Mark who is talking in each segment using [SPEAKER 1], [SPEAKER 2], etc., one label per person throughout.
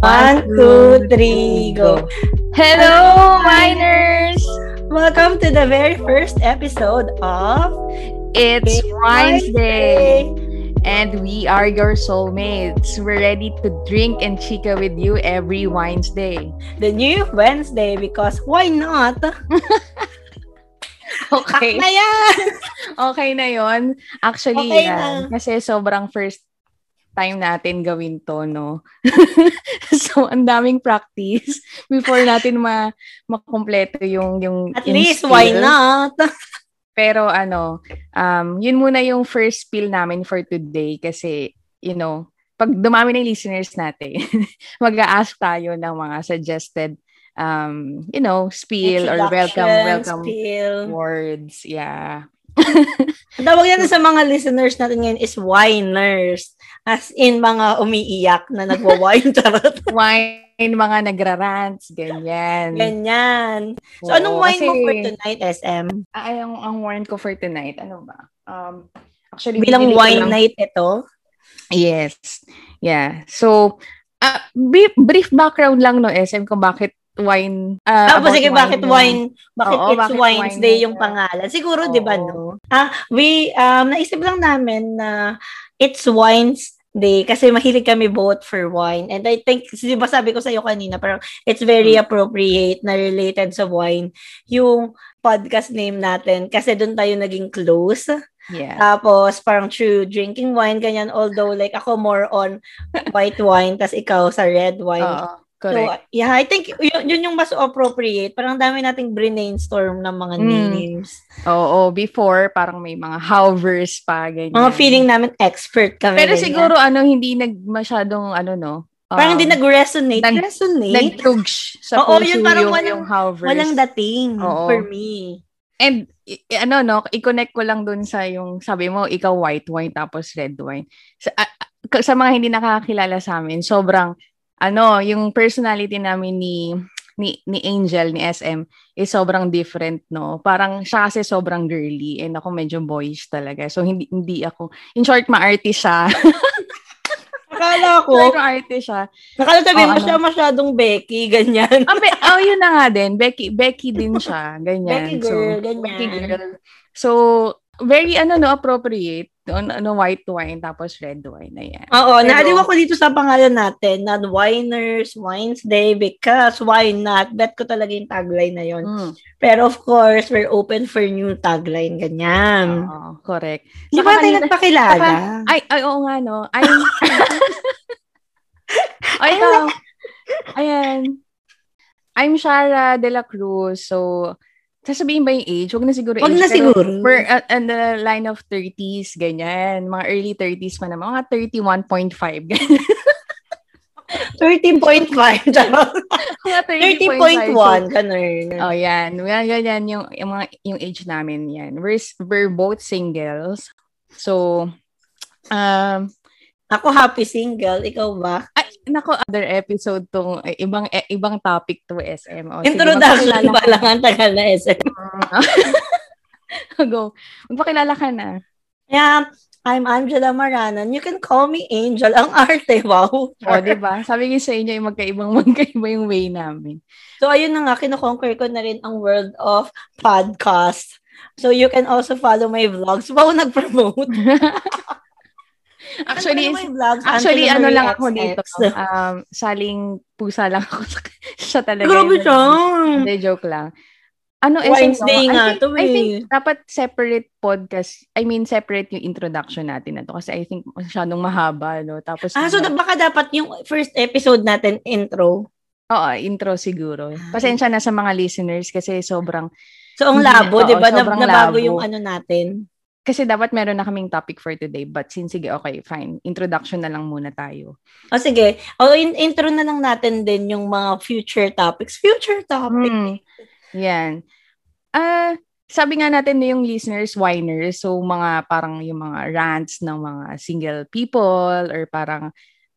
[SPEAKER 1] One, two, three, go.
[SPEAKER 2] Hello, miners!
[SPEAKER 1] Welcome to the very first episode of
[SPEAKER 2] It's Rhymes Day,
[SPEAKER 1] Wednesday.
[SPEAKER 2] and we are your soulmates. We're ready to drink and chika with you every Wednesday.
[SPEAKER 1] The new Wednesday because why not?
[SPEAKER 2] Okay,
[SPEAKER 1] Na yan!
[SPEAKER 2] okay na yon. Actually,
[SPEAKER 1] Okay
[SPEAKER 2] yan. kasi sobrang first time natin gawin to, no? so, ang daming practice before natin ma makumpleto yung yung
[SPEAKER 1] At
[SPEAKER 2] yung
[SPEAKER 1] least, why
[SPEAKER 2] skill.
[SPEAKER 1] not?
[SPEAKER 2] Pero ano, um, yun muna yung first spill namin for today kasi, you know, pag dumami ng listeners natin, mag-a-ask tayo ng mga suggested, um, you know, spill or welcome,
[SPEAKER 1] Introduction,
[SPEAKER 2] welcome
[SPEAKER 1] spiel.
[SPEAKER 2] words. Yeah.
[SPEAKER 1] Ang Tawag natin sa mga listeners natin ngayon is whiners. As in, mga umiiyak na nagwa-wine. Charot.
[SPEAKER 2] Wine, mga nagra-rants, ganyan.
[SPEAKER 1] Ganyan. So,
[SPEAKER 2] Oo,
[SPEAKER 1] anong wine mo
[SPEAKER 2] kasi-
[SPEAKER 1] for tonight, SM?
[SPEAKER 2] Ay, ang, ang wine ko for tonight, ano ba? Um, actually,
[SPEAKER 1] Bilang
[SPEAKER 2] binili ko
[SPEAKER 1] wine
[SPEAKER 2] lang-
[SPEAKER 1] night ito.
[SPEAKER 2] Yes. Yeah. So, ah, brief, brief background lang no, SM, kung bakit wine. ah,
[SPEAKER 1] Tapos
[SPEAKER 2] about
[SPEAKER 1] sige, bakit
[SPEAKER 2] yung-
[SPEAKER 1] wine? Bakit
[SPEAKER 2] Oo,
[SPEAKER 1] it's
[SPEAKER 2] bakit
[SPEAKER 1] Wines
[SPEAKER 2] wine
[SPEAKER 1] Day
[SPEAKER 2] night
[SPEAKER 1] yung
[SPEAKER 2] na-
[SPEAKER 1] pangalan? Siguro,
[SPEAKER 2] Oo.
[SPEAKER 1] di ba, no? Ah, we, um, naisip lang namin na it's Wines Day kasi mahilig kami both for wine. And I think, di ba sabi ko sa'yo kanina, parang it's very
[SPEAKER 2] Hmm.
[SPEAKER 1] appropriate na related sa wine yung podcast name natin kasi doon tayo naging close.
[SPEAKER 2] Yeah.
[SPEAKER 1] Tapos, parang true drinking wine, ganyan. Although, like, ako more on white wine, tas ikaw sa red wine.
[SPEAKER 2] Oo, correct.
[SPEAKER 1] So, ah, yeah, I think yun, yun yung mas appropriate. Parang dami nating brainstorm ng mga
[SPEAKER 2] Mm.
[SPEAKER 1] names.
[SPEAKER 2] Oo, before parang may mga howvers pa ganyan.
[SPEAKER 1] Mga feeling namin expert kami.
[SPEAKER 2] Pero
[SPEAKER 1] ganyan.
[SPEAKER 2] siguro ano hindi nag masyadong ano no. um,
[SPEAKER 1] parang hindi nag-resonate.
[SPEAKER 2] nag-
[SPEAKER 1] resonate?
[SPEAKER 2] nag-drugs sa
[SPEAKER 1] Oo,
[SPEAKER 2] puso
[SPEAKER 1] yun, parang
[SPEAKER 2] yung,
[SPEAKER 1] walang-
[SPEAKER 2] yung howvers.
[SPEAKER 1] Walang dating
[SPEAKER 2] Oo.
[SPEAKER 1] for me.
[SPEAKER 2] And i- i- ano no, i-connect ko lang dun sa yung sabi mo ikaw white wine tapos red wine. Sa, a- a- sa mga hindi nakakilala sa amin, sobrang ano, yung personality namin ni ni ni Angel ni SM is sobrang different no. Parang siya kasi sobrang girly and ako medyo boyish talaga. So hindi hindi ako in short ma-arty siya.
[SPEAKER 1] Akala
[SPEAKER 2] Cool.
[SPEAKER 1] ko,
[SPEAKER 2] arty siya.
[SPEAKER 1] nakala sabi
[SPEAKER 2] Oo,
[SPEAKER 1] mo siya masyadong Becky, ganyan.
[SPEAKER 2] oh, ano? Ah, be- oh, yun na nga din. Becky, Becky din siya. Ganyan.
[SPEAKER 1] Becky girl,
[SPEAKER 2] So,
[SPEAKER 1] ganyan.
[SPEAKER 2] Becky girl. So, very, ano, no, appropriate. Ano, ano, white wine, tapos red wine. Ayan.
[SPEAKER 1] Oo,
[SPEAKER 2] Pero-
[SPEAKER 1] naaliw ako dito sa pangalan natin na Winers, Wines Day, because why not? Bet ko talaga yung tagline na yon.
[SPEAKER 2] Mm.
[SPEAKER 1] Pero of course, we're open for new tagline, ganyan.
[SPEAKER 2] Oo, correct.
[SPEAKER 1] Di
[SPEAKER 2] Saka
[SPEAKER 1] ba tayo
[SPEAKER 2] kanina-
[SPEAKER 1] nagpakilala?
[SPEAKER 2] Ay, ay, oo nga, no. Ay, ay, ikaw. Ayan. I'm Shara de la Cruz. So, sasabihin ba yung age? Huwag na siguro
[SPEAKER 1] Huwag
[SPEAKER 2] age,
[SPEAKER 1] na
[SPEAKER 2] pero-
[SPEAKER 1] siguro.
[SPEAKER 2] We're at, at the line of 30s, ganyan. Mga early 30s pa naman. Mga 31.5, ganyan.
[SPEAKER 1] 30.5. charot.
[SPEAKER 2] Mga
[SPEAKER 1] 30.1.
[SPEAKER 2] 30.1.
[SPEAKER 1] Ganun.
[SPEAKER 2] Oh, yan. Well, ganyan yung, yung, mga, yung age namin. Yan. We're, s- we're both singles. So, um,
[SPEAKER 1] Ako happy single. Ikaw ba?
[SPEAKER 2] ay, nako, other episode tong eh, ibang eh, ibang topic to SM. Oh, sige,
[SPEAKER 1] Introduction
[SPEAKER 2] magpakilala
[SPEAKER 1] pa lang ang tagal na SM.
[SPEAKER 2] ka. Go. Magpakilala ka na.
[SPEAKER 1] Yeah. I'm Angela Maranan. You can call me Angel. Ang arte, wow.
[SPEAKER 2] O, di ba? Oh, diba? Sabi ko sa inyo, yung magkaibang magkaiba yung way namin.
[SPEAKER 1] So, ayun na nga, kinoconquer ko na rin ang world of podcast. So, you can also follow my vlogs. Wow, nag-promote.
[SPEAKER 2] Actually,
[SPEAKER 1] Ano ba yung vlogs?
[SPEAKER 2] Actually,
[SPEAKER 1] Angela
[SPEAKER 2] ano
[SPEAKER 1] Marie
[SPEAKER 2] lang ako
[SPEAKER 1] XX.
[SPEAKER 2] dito. Um, saling pusa lang ako sa, siya talaga.
[SPEAKER 1] Grabe
[SPEAKER 2] Yun.
[SPEAKER 1] siya. Mm.
[SPEAKER 2] Hindi, joke lang. Ano,
[SPEAKER 1] Wines
[SPEAKER 2] SM, no?
[SPEAKER 1] Day
[SPEAKER 2] I
[SPEAKER 1] nga
[SPEAKER 2] think-
[SPEAKER 1] to
[SPEAKER 2] I
[SPEAKER 1] eh.
[SPEAKER 2] think dapat separate podcast. I mean, separate yung introduction natin na to. Kasi I think masyadong mahaba, no? Tapos,
[SPEAKER 1] Ah, so
[SPEAKER 2] ano,
[SPEAKER 1] baka dapat yung first episode natin intro.
[SPEAKER 2] oo, intro siguro.
[SPEAKER 1] Ah.
[SPEAKER 2] Pasensya na sa mga listeners kasi sobrang,
[SPEAKER 1] So, ang
[SPEAKER 2] Hindi na-
[SPEAKER 1] labo, di ba?
[SPEAKER 2] oo,
[SPEAKER 1] Na,
[SPEAKER 2] sobrang
[SPEAKER 1] nabago
[SPEAKER 2] labo.
[SPEAKER 1] yung ano natin.
[SPEAKER 2] kasi dapat meron na kaming topic for today. But since, sige, okay, fine. Introduction na lang muna tayo.
[SPEAKER 1] O sige, o in- intro na lang natin din yung mga future topics. Future topics.
[SPEAKER 2] Mm. Yan. Ah, sabi nga natin na yung listeners, whiners, so mga parang yung mga rants ng mga single people or parang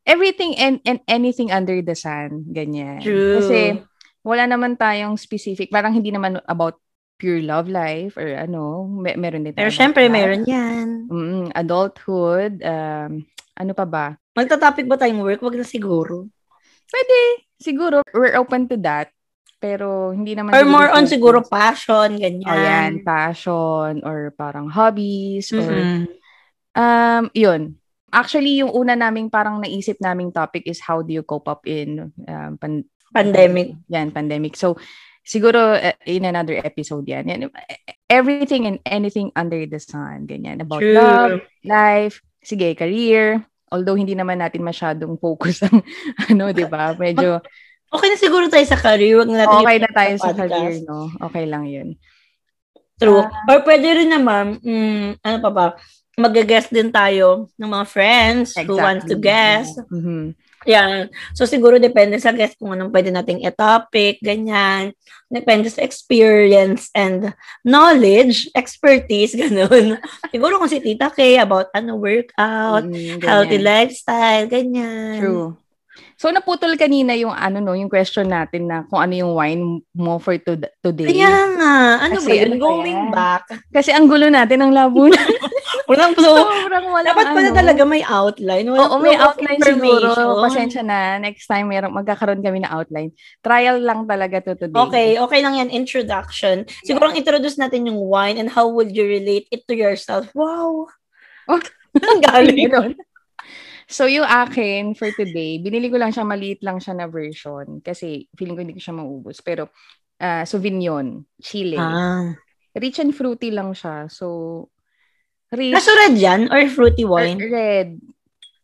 [SPEAKER 2] everything and, and anything under the sun, ganyan.
[SPEAKER 1] True.
[SPEAKER 2] Kasi wala naman tayong specific, parang hindi naman about pure love life or ano, me- meron din
[SPEAKER 1] Pero
[SPEAKER 2] tayo
[SPEAKER 1] syempre,
[SPEAKER 2] about that.
[SPEAKER 1] meron yan.
[SPEAKER 2] Mm, adulthood, um, ano pa ba?
[SPEAKER 1] Magta-topic ba tayong work? Wag na siguro.
[SPEAKER 2] Pwede. Siguro, we're open to that. Pero hindi naman...
[SPEAKER 1] Or more on siguro passion, ganyan.
[SPEAKER 2] O Oh, yan, passion or parang hobbies or...
[SPEAKER 1] Mm-mm.
[SPEAKER 2] Um, yun. Actually, yung una naming parang naisip naming topic is how do you cope up in um, pan-
[SPEAKER 1] Pandemic.
[SPEAKER 2] Yan, pandemic. So, siguro uh, in another episode yan. yan. Everything and anything under the sun. Ganyan. About love,
[SPEAKER 1] True.
[SPEAKER 2] life, sige, career. Although hindi naman natin masyadong focus ang ano, 'di ba? Medyo
[SPEAKER 1] Okay na siguro tayo sa career. Huwag na natin
[SPEAKER 2] okay na
[SPEAKER 1] i-focus
[SPEAKER 2] tayo sa
[SPEAKER 1] podcast.
[SPEAKER 2] career, no? Okay lang 'yun.
[SPEAKER 1] True.
[SPEAKER 2] Ah.
[SPEAKER 1] Or pwede rin naman, mm, ano pa ba, mag-guest din tayo ng mga friends who wants to guess.
[SPEAKER 2] Mhm.
[SPEAKER 1] Yan. So, siguro depende sa guest kung anong pwede nating e-topic, ganyan. Depende sa experience and knowledge, expertise, ganun. siguro kung si Tita Kay about ano, workout,
[SPEAKER 2] Mm,
[SPEAKER 1] healthy
[SPEAKER 2] ganyan.
[SPEAKER 1] lifestyle, ganyan.
[SPEAKER 2] True. So naputol kanina yung ano no, yung question natin na kung ano yung wine mo for to- today.
[SPEAKER 1] Kaya nga, ano
[SPEAKER 2] Kasi
[SPEAKER 1] ba yun?
[SPEAKER 2] ano ba
[SPEAKER 1] Going
[SPEAKER 2] yan?
[SPEAKER 1] back.
[SPEAKER 2] Kasi ang gulo natin ang labo na.
[SPEAKER 1] Walang flow.
[SPEAKER 2] Sobrang walang
[SPEAKER 1] Dapat pala
[SPEAKER 2] ano.
[SPEAKER 1] talaga may outline. Walang
[SPEAKER 2] Oo, may
[SPEAKER 1] flow of
[SPEAKER 2] outline siguro.
[SPEAKER 1] information.
[SPEAKER 2] Pasensya na. Next time, merong, magkakaroon kami na outline. Trial lang talaga to today.
[SPEAKER 1] Okay, okay lang yan. Introduction. Siguro ang introduce natin yung wine and how would you relate it to yourself. Wow!
[SPEAKER 2] Oh.
[SPEAKER 1] Ang galing.
[SPEAKER 2] Ganun. So, yung akin for today, binili ko lang siya, maliit lang siya na version. Kasi feeling ko hindi ko siya maubos. Pero, ah Sauvignon, Chile.
[SPEAKER 1] Ah.
[SPEAKER 2] Rich and fruity lang siya. So, rich
[SPEAKER 1] Kaso red yan or fruity
[SPEAKER 2] or
[SPEAKER 1] wine?
[SPEAKER 2] red.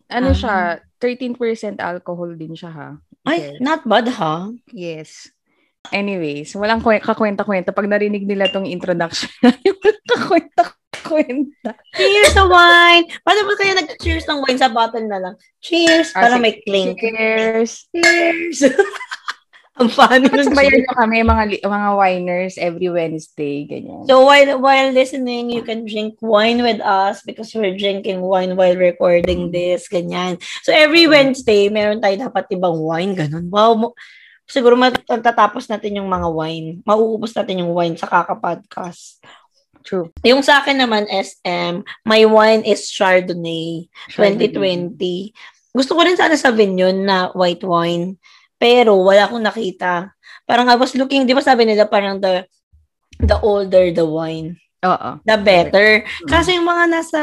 [SPEAKER 2] Ano
[SPEAKER 1] Ah.
[SPEAKER 2] siya? 13% alcohol din siya ha.
[SPEAKER 1] Ay, not bad ha?
[SPEAKER 2] Yes. Anyways, walang kwe- kakwenta-kwenta. Pag narinig nila tong introduction, kakwenta-kwenta.
[SPEAKER 1] Cheers sa wine! Paano ba kaya nag-cheers ng wine sa bottle na lang? Cheers!
[SPEAKER 2] Ah,
[SPEAKER 1] para
[SPEAKER 2] sige.
[SPEAKER 1] may clink.
[SPEAKER 2] Cheers!
[SPEAKER 1] Cheers! Ang funny ng
[SPEAKER 2] Sabayan
[SPEAKER 1] cheers.
[SPEAKER 2] nyo kami, mga, li- mga winers, every Wednesday, ganyan.
[SPEAKER 1] So while while listening, you can drink wine with us because we're drinking wine while recording this, ganyan. So every Wednesday, meron tayo dapat ibang wine, ganun. Wow, mo, siguro matatapos natin yung mga wine. Mauubos natin yung wine sa kaka-podcast.
[SPEAKER 2] True.
[SPEAKER 1] Yung sa akin naman, SM, my wine is Chardonnay 2020. Gusto ko rin sana sa Vignon na white wine. Pero wala akong nakita. Parang I was looking, di ba sabi nila parang the the older the wine,
[SPEAKER 2] Oo.
[SPEAKER 1] the better.
[SPEAKER 2] Mm-hmm.
[SPEAKER 1] Kasi yung mga nasa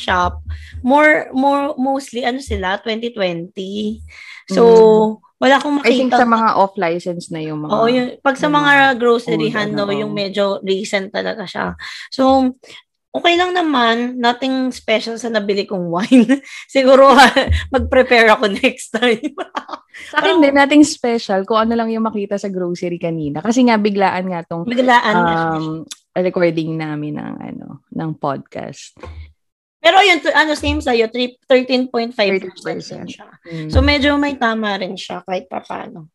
[SPEAKER 1] shop, more, more, mostly, ano sila, 2020. So, wala akong
[SPEAKER 2] Mm-hmm. I think
[SPEAKER 1] makita.
[SPEAKER 2] sa mga off-license na yung mga...
[SPEAKER 1] Oo, yun. Pag sa
[SPEAKER 2] yung
[SPEAKER 1] mga grocery
[SPEAKER 2] old,
[SPEAKER 1] handle,
[SPEAKER 2] ano,
[SPEAKER 1] yung
[SPEAKER 2] oo.
[SPEAKER 1] medyo recent talaga siya. So, okay lang naman. Nothing special sa nabili kong wine. Siguro, mag-prepare ako next time.
[SPEAKER 2] Sa akin din, nating special kung ano lang yung makita sa grocery kanina. Kasi nga, biglaan nga tong
[SPEAKER 1] Biglaan.
[SPEAKER 2] um, recording namin ng, ano, ng podcast.
[SPEAKER 1] Pero yun, t- ano, same sa'yo, three- 13.5%
[SPEAKER 2] 13%.
[SPEAKER 1] din siya. So, medyo may tama rin siya kahit papano.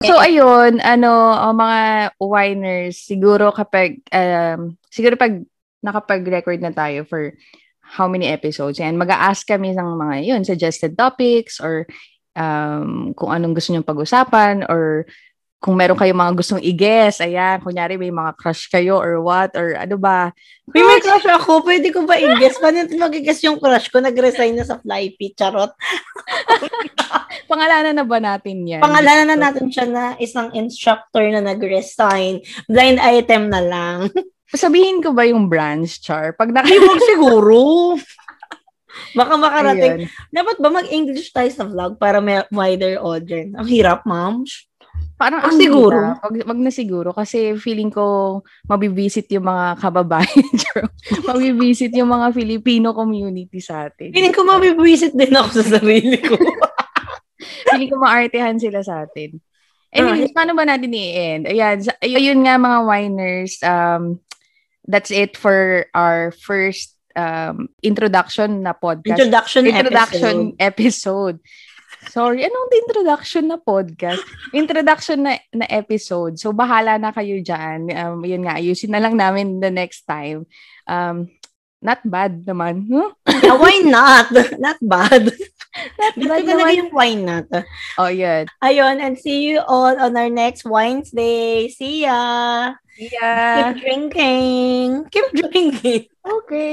[SPEAKER 2] So ayun, ano, oh, mga winers, siguro kapag um, siguro pag nakapag-record na tayo for how many episodes yan, mag-a-ask kami ng mga yun, suggested topics or um, kung anong gusto nyong pag-usapan or kung meron kayong mga gustong i-guess, ayan, kunyari may mga crush kayo or what, or ano ba.
[SPEAKER 1] Uy, may crush ako. Pwede ko ba i-guess? Paano mag-guess yung crush ko? Nag-resign na sa Flypee. Charot.
[SPEAKER 2] Pangalanan na ba natin yan?
[SPEAKER 1] Pangalanan na natin siya na isang instructor na nag-resign. Blind item na lang.
[SPEAKER 2] Sabihin ko ba yung branch, Char? Pag
[SPEAKER 1] Ay,
[SPEAKER 2] naka-
[SPEAKER 1] huwag siguro. Baka makarating.
[SPEAKER 2] Ayun.
[SPEAKER 1] Dapat ba mag-English tayo sa vlog para may wider audience? Ang hirap, ma'am.
[SPEAKER 2] Parang
[SPEAKER 1] Wag
[SPEAKER 2] ang
[SPEAKER 1] siguro.
[SPEAKER 2] hirap. Wag, wag na siguro kasi feeling ko mabibisit yung mga kababayan. Charot. mabibisit yung mga Filipino community sa atin.
[SPEAKER 1] Feeling ko mabibwisit din ako sa sarili ko.
[SPEAKER 2] Feeling ko maartehan sila sa atin. Anyways, paano ba natin i-end? Ayan, sa- ay- ayun nga mga winers. Um, that's it for our first um, introduction na podcast.
[SPEAKER 1] Introduction,
[SPEAKER 2] Introduction episode. Sorry, anong introduction na podcast? Introduction na, na episode. So, bahala na kayo dyan. Um, yun nga, ayusin na lang namin the next time. Um, not bad naman. Hmm? Huh?
[SPEAKER 1] episode. Yeah, why not? Not bad.
[SPEAKER 2] Not
[SPEAKER 1] Gusto
[SPEAKER 2] bad
[SPEAKER 1] talaga
[SPEAKER 2] naman.
[SPEAKER 1] yung why not.
[SPEAKER 2] Oh, yun.
[SPEAKER 1] Ayun, and see you all on our next Wednesday. See ya!
[SPEAKER 2] Yeah.
[SPEAKER 1] Keep drinking! Keep drinking!
[SPEAKER 2] Okay.